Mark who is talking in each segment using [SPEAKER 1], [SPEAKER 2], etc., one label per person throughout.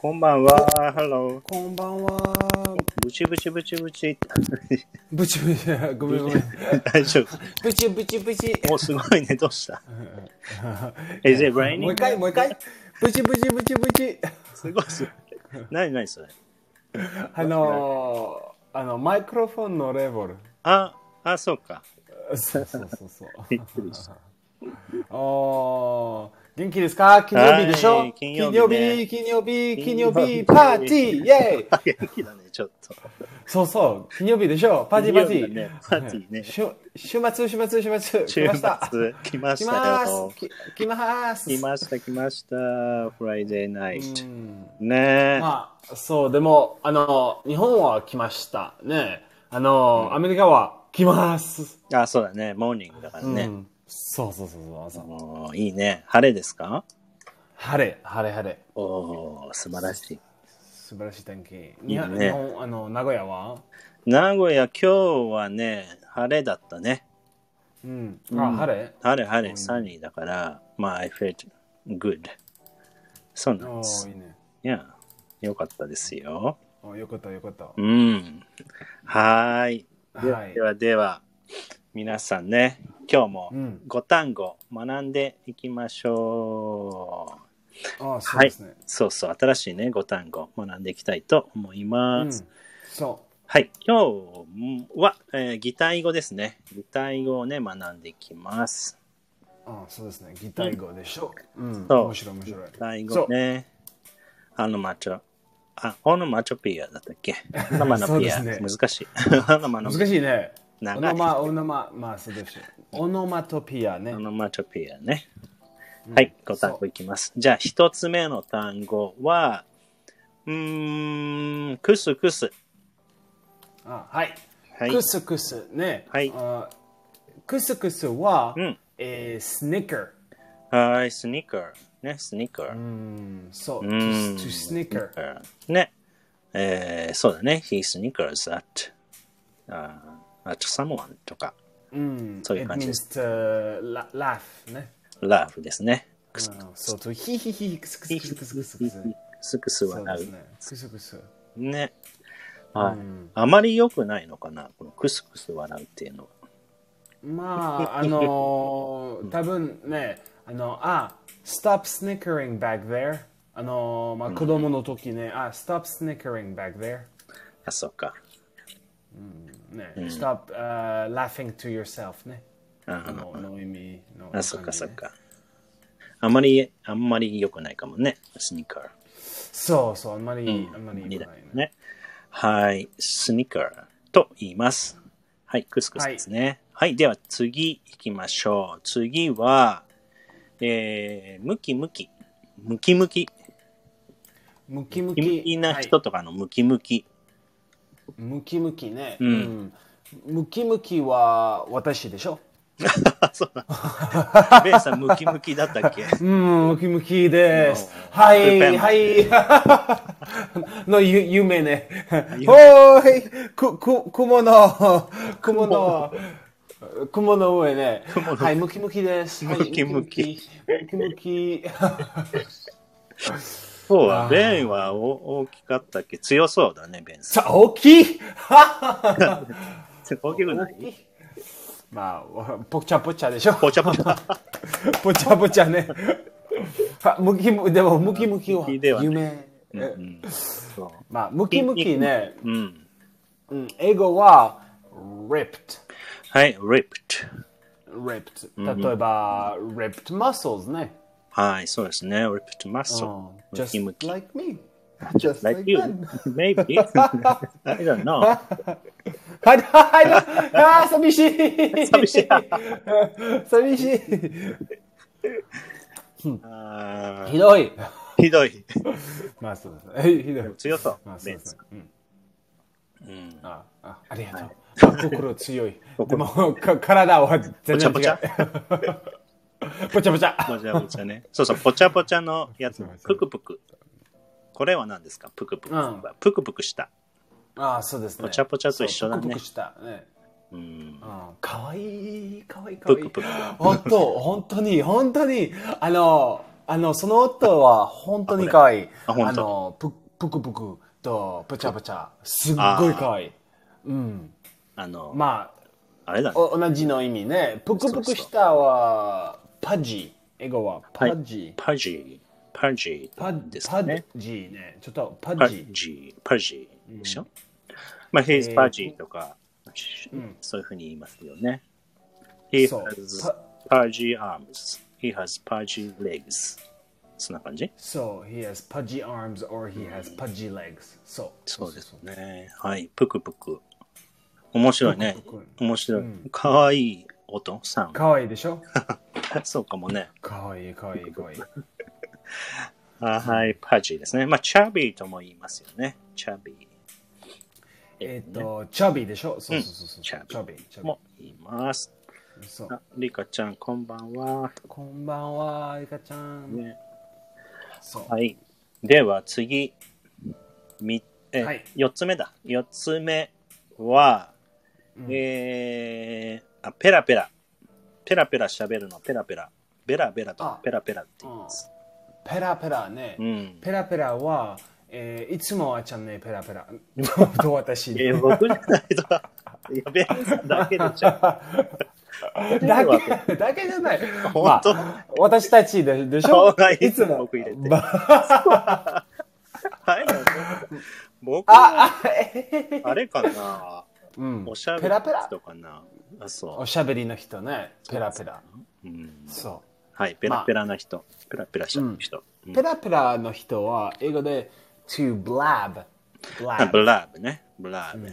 [SPEAKER 1] こんばんは。Hello。
[SPEAKER 2] こんばんは。
[SPEAKER 1] ブチブチブチブチ。
[SPEAKER 2] ブチブチ、ごめんごめん。
[SPEAKER 1] 大丈夫。
[SPEAKER 2] ブチブチブチ。
[SPEAKER 1] もうすごいね。どうした ?Is it
[SPEAKER 2] もう
[SPEAKER 1] raining?
[SPEAKER 2] 一回、もう一回。ブチブチブチブチ。
[SPEAKER 1] すごいすごい。何何それ
[SPEAKER 2] あのー、あの、マイクロフォンのレベル。
[SPEAKER 1] あ、あ、そうか。
[SPEAKER 2] そうそうそうそう。
[SPEAKER 1] びっくりした。
[SPEAKER 2] おー元気ですか金曜日でしょ、
[SPEAKER 1] はい金
[SPEAKER 2] 金
[SPEAKER 1] 曜
[SPEAKER 2] 曜
[SPEAKER 1] 日ね
[SPEAKER 2] 日、金曜日、金曜
[SPEAKER 1] 金曜日
[SPEAKER 2] 日、パーティーイェイ
[SPEAKER 1] あ、元気だね、ちょっと。
[SPEAKER 2] そうそう、金曜日でしょパーティーパーティー。
[SPEAKER 1] 金曜日だねパーティーね
[SPEAKER 2] しゅ週末、週末、週末、来
[SPEAKER 1] 週
[SPEAKER 2] ま
[SPEAKER 1] 末
[SPEAKER 2] した。、
[SPEAKER 1] 来ま
[SPEAKER 2] 来
[SPEAKER 1] し
[SPEAKER 2] ま
[SPEAKER 1] た
[SPEAKER 2] す
[SPEAKER 1] よ。。
[SPEAKER 2] き来ます。
[SPEAKER 1] 来ました、来ました。フライデーナイ
[SPEAKER 2] う
[SPEAKER 1] ト。
[SPEAKER 2] ん
[SPEAKER 1] ねえ。
[SPEAKER 2] まあ、そう、でも、あの、日本は来ました。ね。あの、アメリカは来ます。
[SPEAKER 1] あ、そうだね。モーニングだから
[SPEAKER 2] う
[SPEAKER 1] ね。
[SPEAKER 2] んそうそうそうそうそう。
[SPEAKER 1] おーいいね。晴れですか
[SPEAKER 2] 晴れ、晴れ、晴れ。
[SPEAKER 1] おー素晴らしい。
[SPEAKER 2] 素晴らしい天気。
[SPEAKER 1] いいね
[SPEAKER 2] 日本、あの、名古屋は
[SPEAKER 1] 名古屋、今日はね、晴れだったね。
[SPEAKER 2] うん。あ、晴れ
[SPEAKER 1] 晴れ晴れ、サニーだから、まあ、I felt good. そうなん
[SPEAKER 2] お
[SPEAKER 1] で
[SPEAKER 2] ー
[SPEAKER 1] す。
[SPEAKER 2] いいね。
[SPEAKER 1] いや、よかったですよ。
[SPEAKER 2] およかった、よかった。
[SPEAKER 1] うん。はーい。で
[SPEAKER 2] は
[SPEAKER 1] はいではでは、皆さんね、今日も
[SPEAKER 2] うん
[SPEAKER 1] 5単語学んでいきましょう。
[SPEAKER 2] あそう
[SPEAKER 1] は
[SPEAKER 2] で
[SPEAKER 1] い
[SPEAKER 2] すね。。
[SPEAKER 1] そうそう、新しいね、5単語学んでいきたいと思いうま
[SPEAKER 2] ん
[SPEAKER 1] す。。
[SPEAKER 2] そ
[SPEAKER 1] はい。今日は、えー擬態語ですね。擬態語をね、学んでいきます。
[SPEAKER 2] う。あそうですね。擬態語でしょ。うん。
[SPEAKER 1] そう
[SPEAKER 2] 面白い、面白い。
[SPEAKER 1] 擬態
[SPEAKER 2] そ
[SPEAKER 1] 語
[SPEAKER 2] う
[SPEAKER 1] ね。アノマチョ、あ、オノマチョピアだったっけオノマ
[SPEAKER 2] そ
[SPEAKER 1] ノ
[SPEAKER 2] う
[SPEAKER 1] ピ
[SPEAKER 2] で
[SPEAKER 1] ア。
[SPEAKER 2] すね
[SPEAKER 1] 難しい。 オノマノ
[SPEAKER 2] 難しいね。
[SPEAKER 1] 長い
[SPEAKER 2] オノマ、オノマ、まあ、そうですよ。オノマトピアね
[SPEAKER 1] オ。ノマチョピアね。はい、5単語いきます。じゃあ、1つ目の単語は、うーん、クスクス。
[SPEAKER 2] あはい。
[SPEAKER 1] はい。
[SPEAKER 2] クスクスね。
[SPEAKER 1] はい
[SPEAKER 2] あクスクスは、
[SPEAKER 1] うん
[SPEAKER 2] えースニッカー。
[SPEAKER 1] はい、スニーカー。ね、スニーカー。
[SPEAKER 2] うん、そう。
[SPEAKER 1] う
[SPEAKER 2] to,
[SPEAKER 1] ん
[SPEAKER 2] to snicker.
[SPEAKER 1] ね。えー、そうだね。He sneakers at, uh, at someone とか、
[SPEAKER 2] うん、
[SPEAKER 1] そういう感じで
[SPEAKER 2] It means to la- laugh ね。
[SPEAKER 1] love ですね。
[SPEAKER 2] うんそう、とヒヒヒヒクスクスクスクスクスクス。
[SPEAKER 1] すくす
[SPEAKER 2] そうで
[SPEAKER 1] 笑
[SPEAKER 2] す
[SPEAKER 1] う。
[SPEAKER 2] ね。クスクス。
[SPEAKER 1] ね。
[SPEAKER 2] う
[SPEAKER 1] はい。
[SPEAKER 2] ん
[SPEAKER 1] あまり良くないのかなこのクスクス笑うっていうのは。
[SPEAKER 2] まあ、あのー、多分ね、あの、あ、stop snickering back there。あのー、まあ、子供の時ね、あ、stop snickering back there。
[SPEAKER 1] あ、そうか。
[SPEAKER 2] ね、stop、uh, laughing to yourself ね。
[SPEAKER 1] あ
[SPEAKER 2] あの、の意味の、
[SPEAKER 1] あ、そっかそっ。か。あまり、あんまり良くないかもね。スニーカー。
[SPEAKER 2] そうそう、あんまり、あんまり
[SPEAKER 1] いい
[SPEAKER 2] 言
[SPEAKER 1] だ
[SPEAKER 2] わないね。
[SPEAKER 1] ね。はい。スニーカーと言います。はい。クスクスですね。はい。では次行きましょう。次は、えー、ムキムキ。ムキムキ。
[SPEAKER 2] ムキム
[SPEAKER 1] ムキム
[SPEAKER 2] キ
[SPEAKER 1] キな人とかのムキムキ。
[SPEAKER 2] ムキムキね、
[SPEAKER 1] ん
[SPEAKER 2] うんムキムキは私でしょ
[SPEAKER 1] そうなんだ。ベンさんムキムキだったっけ
[SPEAKER 2] うん、ムキムキです。は
[SPEAKER 1] ルペン
[SPEAKER 2] い、はい。の ゆ夢ね。おーい、く、く、雲の、雲の、雲の上ね。はい、ムキムキです。はい
[SPEAKER 1] ムキムキ。
[SPEAKER 2] ムキムキ。
[SPEAKER 1] そうは、ベンはお大きかったっけ強そうだね、ベンさん。
[SPEAKER 2] さあ、大きい
[SPEAKER 1] 大きくない
[SPEAKER 2] まあ、ぽっちゃぽっちゃでしょ
[SPEAKER 1] ぽちゃぽちゃ。
[SPEAKER 2] ぽちゃぽちゃね。あムキムでもムキムキは
[SPEAKER 1] ムキではない
[SPEAKER 2] 夢。え
[SPEAKER 1] そ
[SPEAKER 2] まあムキムキね。
[SPEAKER 1] う。うん。
[SPEAKER 2] うん英語は ripped。
[SPEAKER 1] はい、ripped。
[SPEAKER 2] ripped。例えば ripped muscles ね。
[SPEAKER 1] はい、そうですね。ripped muscle.
[SPEAKER 2] うん
[SPEAKER 1] ムキム
[SPEAKER 2] Just
[SPEAKER 1] キ。
[SPEAKER 2] like me。Just
[SPEAKER 1] like
[SPEAKER 2] like
[SPEAKER 1] you.
[SPEAKER 2] them.
[SPEAKER 1] Maybe. I don't know.
[SPEAKER 2] はいはいあー寂しい。
[SPEAKER 1] 寂しい。
[SPEAKER 2] 寂しい。
[SPEAKER 1] あ
[SPEAKER 2] ひどい。
[SPEAKER 1] ーひどい。
[SPEAKER 2] まあそうですね。ひどい。
[SPEAKER 1] 強そう
[SPEAKER 2] まあ。そう
[SPEAKER 1] ベン
[SPEAKER 2] です
[SPEAKER 1] さ
[SPEAKER 2] ね
[SPEAKER 1] ん。
[SPEAKER 2] うん
[SPEAKER 1] うん。
[SPEAKER 2] ああありがとう。心強い。でも、 か体は全然違う。
[SPEAKER 1] ぽちゃ
[SPEAKER 2] ぽちゃぽちゃ。
[SPEAKER 1] ぽちゃぽちゃね。そうそう、ぽちゃぽちゃのやつ
[SPEAKER 2] そうそう。
[SPEAKER 1] ぷくぷく。これは何ですかぷくぷく
[SPEAKER 2] うん。
[SPEAKER 1] ぷくぷくした。
[SPEAKER 2] ああ、そうですね。
[SPEAKER 1] ぽちゃぽちゃと一緒だね
[SPEAKER 2] そうぷくぷくしたね。
[SPEAKER 1] うん。
[SPEAKER 2] うんかわいい、かわいい、か
[SPEAKER 1] ぷ
[SPEAKER 2] わい
[SPEAKER 1] く
[SPEAKER 2] い
[SPEAKER 1] ぷ。く。
[SPEAKER 2] 本当、本当に、本当に、あの、あの、その音は本当に可愛い。
[SPEAKER 1] あこれあ本当
[SPEAKER 2] の、ぷ、ぷくぷくと、ぷちゃぷちゃ。すっごい可愛い。うん。
[SPEAKER 1] あの、
[SPEAKER 2] まあ、
[SPEAKER 1] あれだね。
[SPEAKER 2] お同じの意味ね。ぷくぷ
[SPEAKER 1] そう
[SPEAKER 2] く
[SPEAKER 1] そう
[SPEAKER 2] したは、パジ。英語はパ
[SPEAKER 1] い
[SPEAKER 2] ジ。
[SPEAKER 1] パジー、パジー、
[SPEAKER 2] パ
[SPEAKER 1] です
[SPEAKER 2] パ
[SPEAKER 1] か
[SPEAKER 2] ジ
[SPEAKER 1] ね。
[SPEAKER 2] ね。ちょっとパ
[SPEAKER 1] パ
[SPEAKER 2] ジ。
[SPEAKER 1] ジー、パジーでしょ、まあ、he's
[SPEAKER 2] えー
[SPEAKER 1] pudgy とか、
[SPEAKER 2] うん
[SPEAKER 1] そういうふうに言いますよね。He
[SPEAKER 2] そう
[SPEAKER 1] has pudgy arms. He has pudgy legs. そんな感じ
[SPEAKER 2] So, he has pudgy arms or he has pudgy legs. そう。
[SPEAKER 1] そうですね。はい。ぷくぷく。面白いね
[SPEAKER 2] ぷくぷ。く
[SPEAKER 1] 面白い。かわいい音、サウンド。
[SPEAKER 2] 可愛いでしょ
[SPEAKER 1] そうかもね。
[SPEAKER 2] 可愛い可愛い可愛い。
[SPEAKER 1] あはい。パジーですね。まあ、チャビーとも言いますよね。チャビ
[SPEAKER 2] えっと、チャビでしょそうそうそうそう。
[SPEAKER 1] チャビ
[SPEAKER 2] チャビ。チ
[SPEAKER 1] ー
[SPEAKER 2] ャビ
[SPEAKER 1] も言います。
[SPEAKER 2] そう
[SPEAKER 1] あリカちゃん、こんばんは。
[SPEAKER 2] こんばんは、ゆかちゃん。
[SPEAKER 1] ね
[SPEAKER 2] そう。
[SPEAKER 1] はい。では次、みえ
[SPEAKER 2] はい
[SPEAKER 1] 4つ目だ。4つ目は、
[SPEAKER 2] うん
[SPEAKER 1] えー、あ、ペラペラ。ペラペラ喋るの、ペラペラ。ベラベラと
[SPEAKER 2] あ
[SPEAKER 1] ペラペラって言います。
[SPEAKER 2] ペラペラね。
[SPEAKER 1] うん
[SPEAKER 2] ペラペラは、えーいつもあちゃんね、ペ ラペラ。とと私。
[SPEAKER 1] えー、僕じゃない と、やべえだけでしょ。
[SPEAKER 2] だけ、だけじゃない。
[SPEAKER 1] 本当
[SPEAKER 2] まあ私たちででし
[SPEAKER 1] 顔
[SPEAKER 2] ょ
[SPEAKER 1] がいい
[SPEAKER 2] いつも。
[SPEAKER 1] 僕入れて
[SPEAKER 2] ば
[SPEAKER 1] はい。僕、
[SPEAKER 2] あ、あ、え
[SPEAKER 1] あれかな
[SPEAKER 2] うん
[SPEAKER 1] おしゃべ
[SPEAKER 2] ペ
[SPEAKER 1] り
[SPEAKER 2] ラペラ。
[SPEAKER 1] とかな。あ、そ
[SPEAKER 2] おしゃべりの人ね。ペラペラ。
[SPEAKER 1] う。うん、
[SPEAKER 2] そ
[SPEAKER 1] はい。ペラペラな人。ペラペラ喋る人。う
[SPEAKER 2] う。
[SPEAKER 1] ん
[SPEAKER 2] ペラペラの人は、英語で、to blab。
[SPEAKER 1] あ
[SPEAKER 2] blab
[SPEAKER 1] ブラーブね。ブラーブ。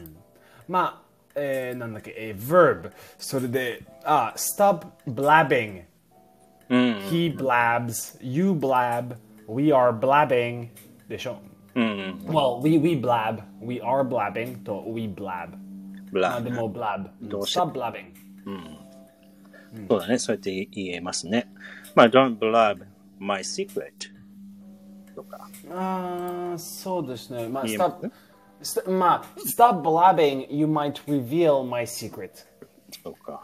[SPEAKER 2] まあ、えー、なんだっけ、えー、verb。それで、あ、stop ah, blabbing.
[SPEAKER 1] うん。
[SPEAKER 2] He blabs, you blab, we are blabbing. でしょ。
[SPEAKER 1] うん、
[SPEAKER 2] Well, we, we blab, we are blabbing と we blab.
[SPEAKER 1] ブラ
[SPEAKER 2] あ
[SPEAKER 1] ー
[SPEAKER 2] で
[SPEAKER 1] ブ。
[SPEAKER 2] も blab.
[SPEAKER 1] 動詞
[SPEAKER 2] Stop blabbing.
[SPEAKER 1] そうだね。そうやって言えますね。まあ、don't blab my secret とか。
[SPEAKER 2] あーそうですね。まあ、
[SPEAKER 1] 言えます
[SPEAKER 2] stop, st- まあ、stop blabbing, you might reveal my secret.
[SPEAKER 1] とか。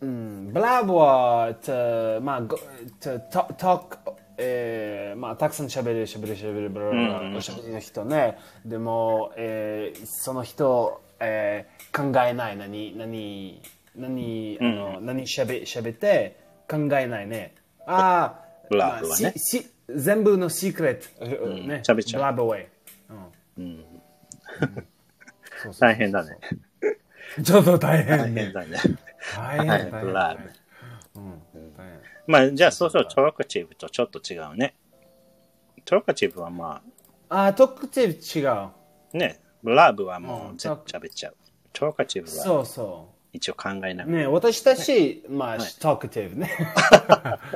[SPEAKER 2] ブラボは、と、まあ、ごと、と、と、えー、まあ、たくさん喋る、喋る、喋る、ブラブラおしゃべりの人ね。でも、えー、その人、えー、考えない。何、何、何、あの、何しゃべ、しゃべって、考えないね。ああ、
[SPEAKER 1] ブラブはね
[SPEAKER 2] まあしし全部のシークレット、ね、
[SPEAKER 1] 喋っちゃう
[SPEAKER 2] ブラボーへ。うん。 うん。そうそう
[SPEAKER 1] 大変だね。
[SPEAKER 2] ちょっと大
[SPEAKER 1] 大
[SPEAKER 2] 変ね。
[SPEAKER 1] 変だね。
[SPEAKER 2] 大変、
[SPEAKER 1] は
[SPEAKER 2] 大
[SPEAKER 1] い
[SPEAKER 2] 変。
[SPEAKER 1] ブラブ
[SPEAKER 2] 大変。
[SPEAKER 1] まあ、じゃあ、そうそう、トロカチブとちょっと違うね。トロカチブはま
[SPEAKER 2] あー、特徴違う。
[SPEAKER 1] あ、ね、ブラーブはも
[SPEAKER 2] う
[SPEAKER 1] うん絶対喋っちゃう。トロカチブは
[SPEAKER 2] そうそ
[SPEAKER 1] 一応考えな
[SPEAKER 2] う。
[SPEAKER 1] くて。
[SPEAKER 2] ね私たち、まあ、トークティブね。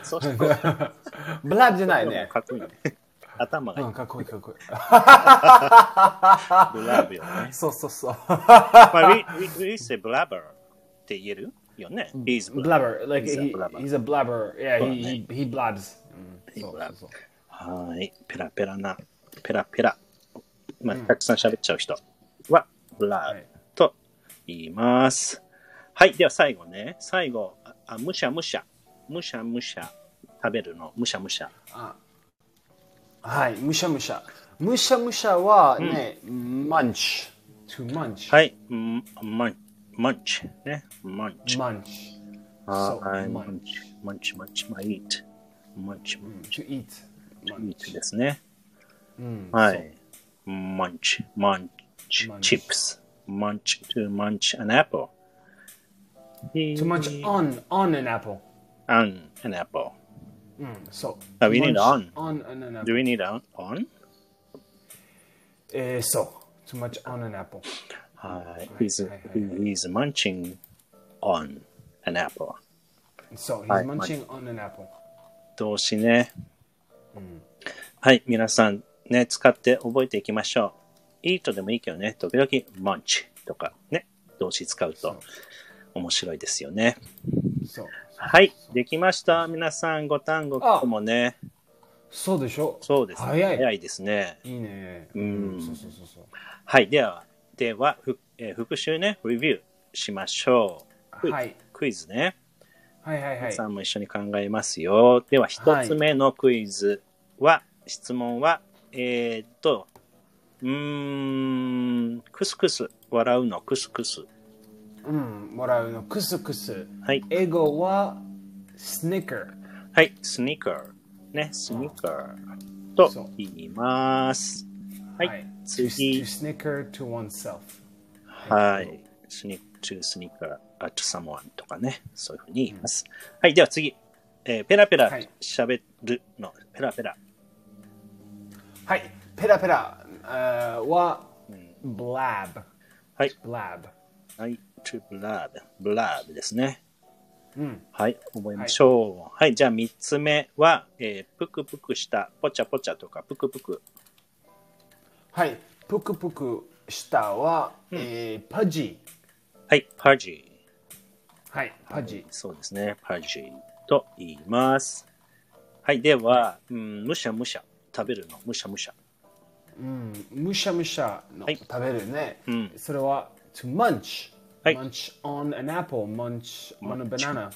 [SPEAKER 1] そうしたら
[SPEAKER 2] ブラブじゃないね。
[SPEAKER 1] かっこいいね。頭がいい
[SPEAKER 2] うん、かっこいいかっこいい。
[SPEAKER 1] ブラーブよ ね。
[SPEAKER 2] そうそうそう。
[SPEAKER 1] まあ、we, we, we say blabber って言えるよね。He's
[SPEAKER 2] blabber. Like,
[SPEAKER 1] He's a
[SPEAKER 2] he,
[SPEAKER 1] blabber.
[SPEAKER 2] he's a blabber. Yeah,
[SPEAKER 1] うだ
[SPEAKER 2] he,
[SPEAKER 1] ね
[SPEAKER 2] he, he blabs. うん
[SPEAKER 1] He
[SPEAKER 2] そうそうそう
[SPEAKER 1] はい。ペラペラな、ペラペラ。まあ、たくさん喋っちゃう人は、ブラー
[SPEAKER 2] い
[SPEAKER 1] と言います。はい。では最後ね。最後、ああ、むしゃむしゃ。むしゃむしゃ。食べるの、むしゃむしゃ。
[SPEAKER 2] はい、むしゃむしゃ。むしゃむしゃはね、munch. to munch.
[SPEAKER 1] はい。んマンマンチ。ね。マンチ。
[SPEAKER 2] munch. そう
[SPEAKER 1] はい。マンチ。
[SPEAKER 2] munch.
[SPEAKER 1] マンチ、マンチ、マンイート。マンチ、マンチ、
[SPEAKER 2] to eat.
[SPEAKER 1] マン
[SPEAKER 2] munch.
[SPEAKER 1] チですね。
[SPEAKER 2] うん
[SPEAKER 1] はい。マンチ、マンチ、
[SPEAKER 2] Munch.
[SPEAKER 1] チップス。マンチ、to munch an apple.
[SPEAKER 2] to munch on, on an apple. Mm,
[SPEAKER 1] on an apple.
[SPEAKER 2] うんそう。
[SPEAKER 1] あ we need
[SPEAKER 2] munch
[SPEAKER 1] on.
[SPEAKER 2] on an
[SPEAKER 1] Do
[SPEAKER 2] apple.
[SPEAKER 1] we need on? on?
[SPEAKER 2] えー、そう。Too Eh, much on an apple.
[SPEAKER 1] Uh, he's,
[SPEAKER 2] はいはい
[SPEAKER 1] he's munching on an apple.
[SPEAKER 2] そう、
[SPEAKER 1] は
[SPEAKER 2] he's
[SPEAKER 1] い
[SPEAKER 2] munching on an apple.
[SPEAKER 1] 動詞ね。はい、皆さんね、使って覚えていきましょう。eat でもいいけどね、時々 munch とかね、動詞使うと面白いですよね。
[SPEAKER 2] そう。
[SPEAKER 1] はい、できました。皆さん、ご単語
[SPEAKER 2] あ
[SPEAKER 1] ともね、
[SPEAKER 2] そうでしょ
[SPEAKER 1] そうですね。
[SPEAKER 2] 早い。
[SPEAKER 1] 早いですね。
[SPEAKER 2] いいね。
[SPEAKER 1] Mm.
[SPEAKER 2] うん。そうそうそうそう。
[SPEAKER 1] はい、では、では、ふえー復習ね、レビューしましょう。
[SPEAKER 2] はい
[SPEAKER 1] クイズね。
[SPEAKER 2] はいはいは
[SPEAKER 1] 皆
[SPEAKER 2] い。
[SPEAKER 1] さんも一緒に考えますよ。では、一つ目のクイズは、質問は、えーっと、うーん、クスクス、笑うのクスクス。
[SPEAKER 2] うん、もらうの、クスクス。
[SPEAKER 1] はい。
[SPEAKER 2] 英語は、スニッカー。
[SPEAKER 1] はい、スニーカー。ね、スニーカーと
[SPEAKER 2] そう
[SPEAKER 1] 言います。はい、次
[SPEAKER 2] To,。snicker to oneself.
[SPEAKER 1] はい。スニーカー、スニーカー、アトサモアンとかね、そういうふうに言います。はい、では次。えーペラペラ
[SPEAKER 2] はい
[SPEAKER 1] 喋るの、ペラペラ。
[SPEAKER 2] はい。ペラペラあーは、blab。
[SPEAKER 1] Mm. はい、
[SPEAKER 2] blab。
[SPEAKER 1] はい、to blab, blab ですね。
[SPEAKER 2] うん。
[SPEAKER 1] はい、覚えましょう。はい、じゃあ3つ目は、えーぷくぷくした、ぽちゃぽちゃとか、ぷくぷく。
[SPEAKER 2] はい。ぷくぷくしたは、えー、パジ。
[SPEAKER 1] はい、パジー。
[SPEAKER 2] はい。パジ。
[SPEAKER 1] そうですね、パジーと言います。はい、では、うん、むしゃむしゃ、食べるの、むしゃむしゃ。
[SPEAKER 2] うん。むしゃむしゃの
[SPEAKER 1] はい
[SPEAKER 2] 食べるね。
[SPEAKER 1] ん
[SPEAKER 2] それは、to munch。
[SPEAKER 1] はい
[SPEAKER 2] munch on an apple, munch on a banana,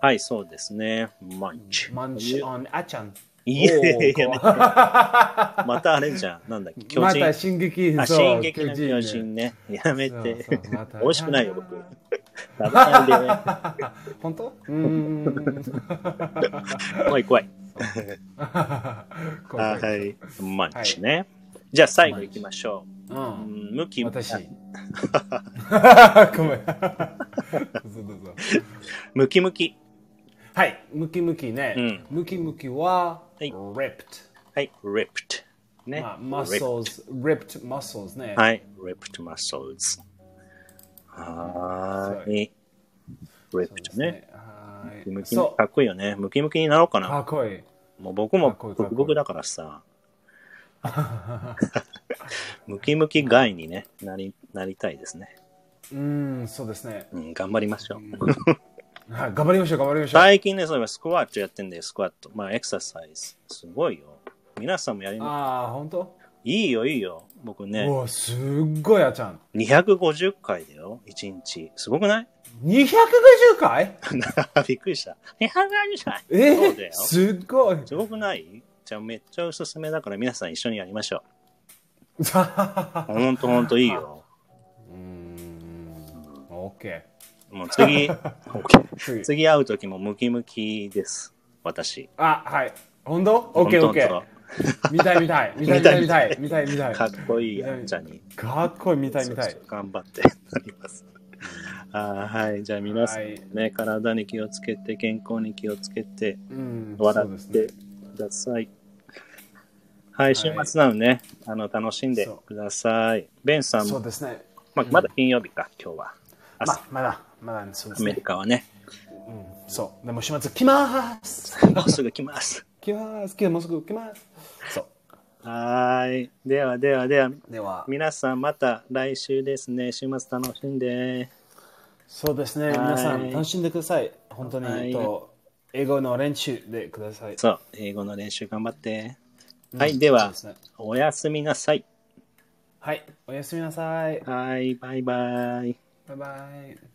[SPEAKER 1] はい、そうですね、マンチ。
[SPEAKER 2] munch on あちゃん。
[SPEAKER 1] いやいや
[SPEAKER 2] おー
[SPEAKER 1] またあれじゃん。なんだっけ、巨
[SPEAKER 2] ま
[SPEAKER 1] 人。
[SPEAKER 2] た進撃
[SPEAKER 1] あ、
[SPEAKER 2] そう
[SPEAKER 1] 進撃の
[SPEAKER 2] ね
[SPEAKER 1] 巨人ね。やめて
[SPEAKER 2] そうそうま。た
[SPEAKER 1] 美味しくないよ、僕。食べないでね。
[SPEAKER 2] 本当うーん
[SPEAKER 1] 怖い怖い。
[SPEAKER 2] 今回
[SPEAKER 1] はい。マンチね。じゃあ最後行きましょ
[SPEAKER 2] う
[SPEAKER 1] う。うんん向き、
[SPEAKER 2] 私 ごめん そうどうぞ
[SPEAKER 1] ムキムキ。
[SPEAKER 2] はいムキムキねムキムキ
[SPEAKER 1] は
[SPEAKER 2] は
[SPEAKER 1] い
[SPEAKER 2] ripped
[SPEAKER 1] はい、ripped。ね。
[SPEAKER 2] まあ muscles ripped muscles ね
[SPEAKER 1] Ripped はい、ripped muscles。はーい。ripped ね。
[SPEAKER 2] は
[SPEAKER 1] ムキム
[SPEAKER 2] い
[SPEAKER 1] キか
[SPEAKER 2] そ
[SPEAKER 1] っこいいよね。ムキムキになろうか
[SPEAKER 2] うか
[SPEAKER 1] な。
[SPEAKER 2] っこいい
[SPEAKER 1] もう僕も
[SPEAKER 2] かっこいい
[SPEAKER 1] ブクブクだから さ。ムキムキ外にね、なり、なりたいですね。
[SPEAKER 2] うーんそうですね
[SPEAKER 1] うん、頑張りましょう。
[SPEAKER 2] はい頑張りましょう頑張りましょう
[SPEAKER 1] 最近ね、そういえばスクワットやってんだよ、スクワット。まあ、エクササイズ。すごいよ。皆さんもやりな、
[SPEAKER 2] ああ本当
[SPEAKER 1] いいよ、いいよ。僕ね、
[SPEAKER 2] おおすっごいあちゃん
[SPEAKER 1] 250回だよ、1日。すごくない
[SPEAKER 2] 250回
[SPEAKER 1] びっくりした。250回
[SPEAKER 2] え
[SPEAKER 1] そうだよ
[SPEAKER 2] ー、。すっごい
[SPEAKER 1] すごくないじゃあ、めっちゃおすすめだから、皆さん一緒にやりましょう。ほんとほんといい よ。
[SPEAKER 2] オッケ
[SPEAKER 1] もう 次、
[SPEAKER 2] ー。
[SPEAKER 1] 次会う時もムキムキです。私。
[SPEAKER 2] あ、はい。本当オッケーオッケ
[SPEAKER 1] ほんと
[SPEAKER 2] ー。見たい見たい。見たい見たい見たい。見たい見たい。
[SPEAKER 1] かっこいい、
[SPEAKER 2] 見た
[SPEAKER 1] あんちゃんに。
[SPEAKER 2] かっこいい見たい見たい。
[SPEAKER 1] 頑張ってなります。あーはい、じゃあ皆さんもね、体に気をつけて、健康に気をつけて、
[SPEAKER 2] うん。
[SPEAKER 1] 笑
[SPEAKER 2] そうで
[SPEAKER 1] っ
[SPEAKER 2] す
[SPEAKER 1] て
[SPEAKER 2] ね。
[SPEAKER 1] ください。はい、週末なのでね、あの楽しんでください。ベンさん
[SPEAKER 2] そう
[SPEAKER 1] も、
[SPEAKER 2] ですね。
[SPEAKER 1] まあ、まだ金曜日か、今日は。
[SPEAKER 2] ま、まだ、まだそうで
[SPEAKER 1] ア
[SPEAKER 2] す
[SPEAKER 1] メ
[SPEAKER 2] ね
[SPEAKER 1] リ。カは ね、
[SPEAKER 2] そう。でも週末来ます。
[SPEAKER 1] もうすぐ来ます。
[SPEAKER 2] 来ます。今日もうすぐ来ます。そう。
[SPEAKER 1] はーい。ではではでは、
[SPEAKER 2] では、
[SPEAKER 1] 皆さんまた来週ですね。週末楽しんで。
[SPEAKER 2] そうです
[SPEAKER 1] い
[SPEAKER 2] ね。皆さん楽しんでください。本当
[SPEAKER 1] は
[SPEAKER 2] に、
[SPEAKER 1] い
[SPEAKER 2] と、英語の練習でください。
[SPEAKER 1] そう、英語の練習頑張って。はい、では、
[SPEAKER 2] そうですね
[SPEAKER 1] おやすみなさい。
[SPEAKER 2] はい。おやすみなさい。
[SPEAKER 1] はい、バイバイ。
[SPEAKER 2] バイバイ。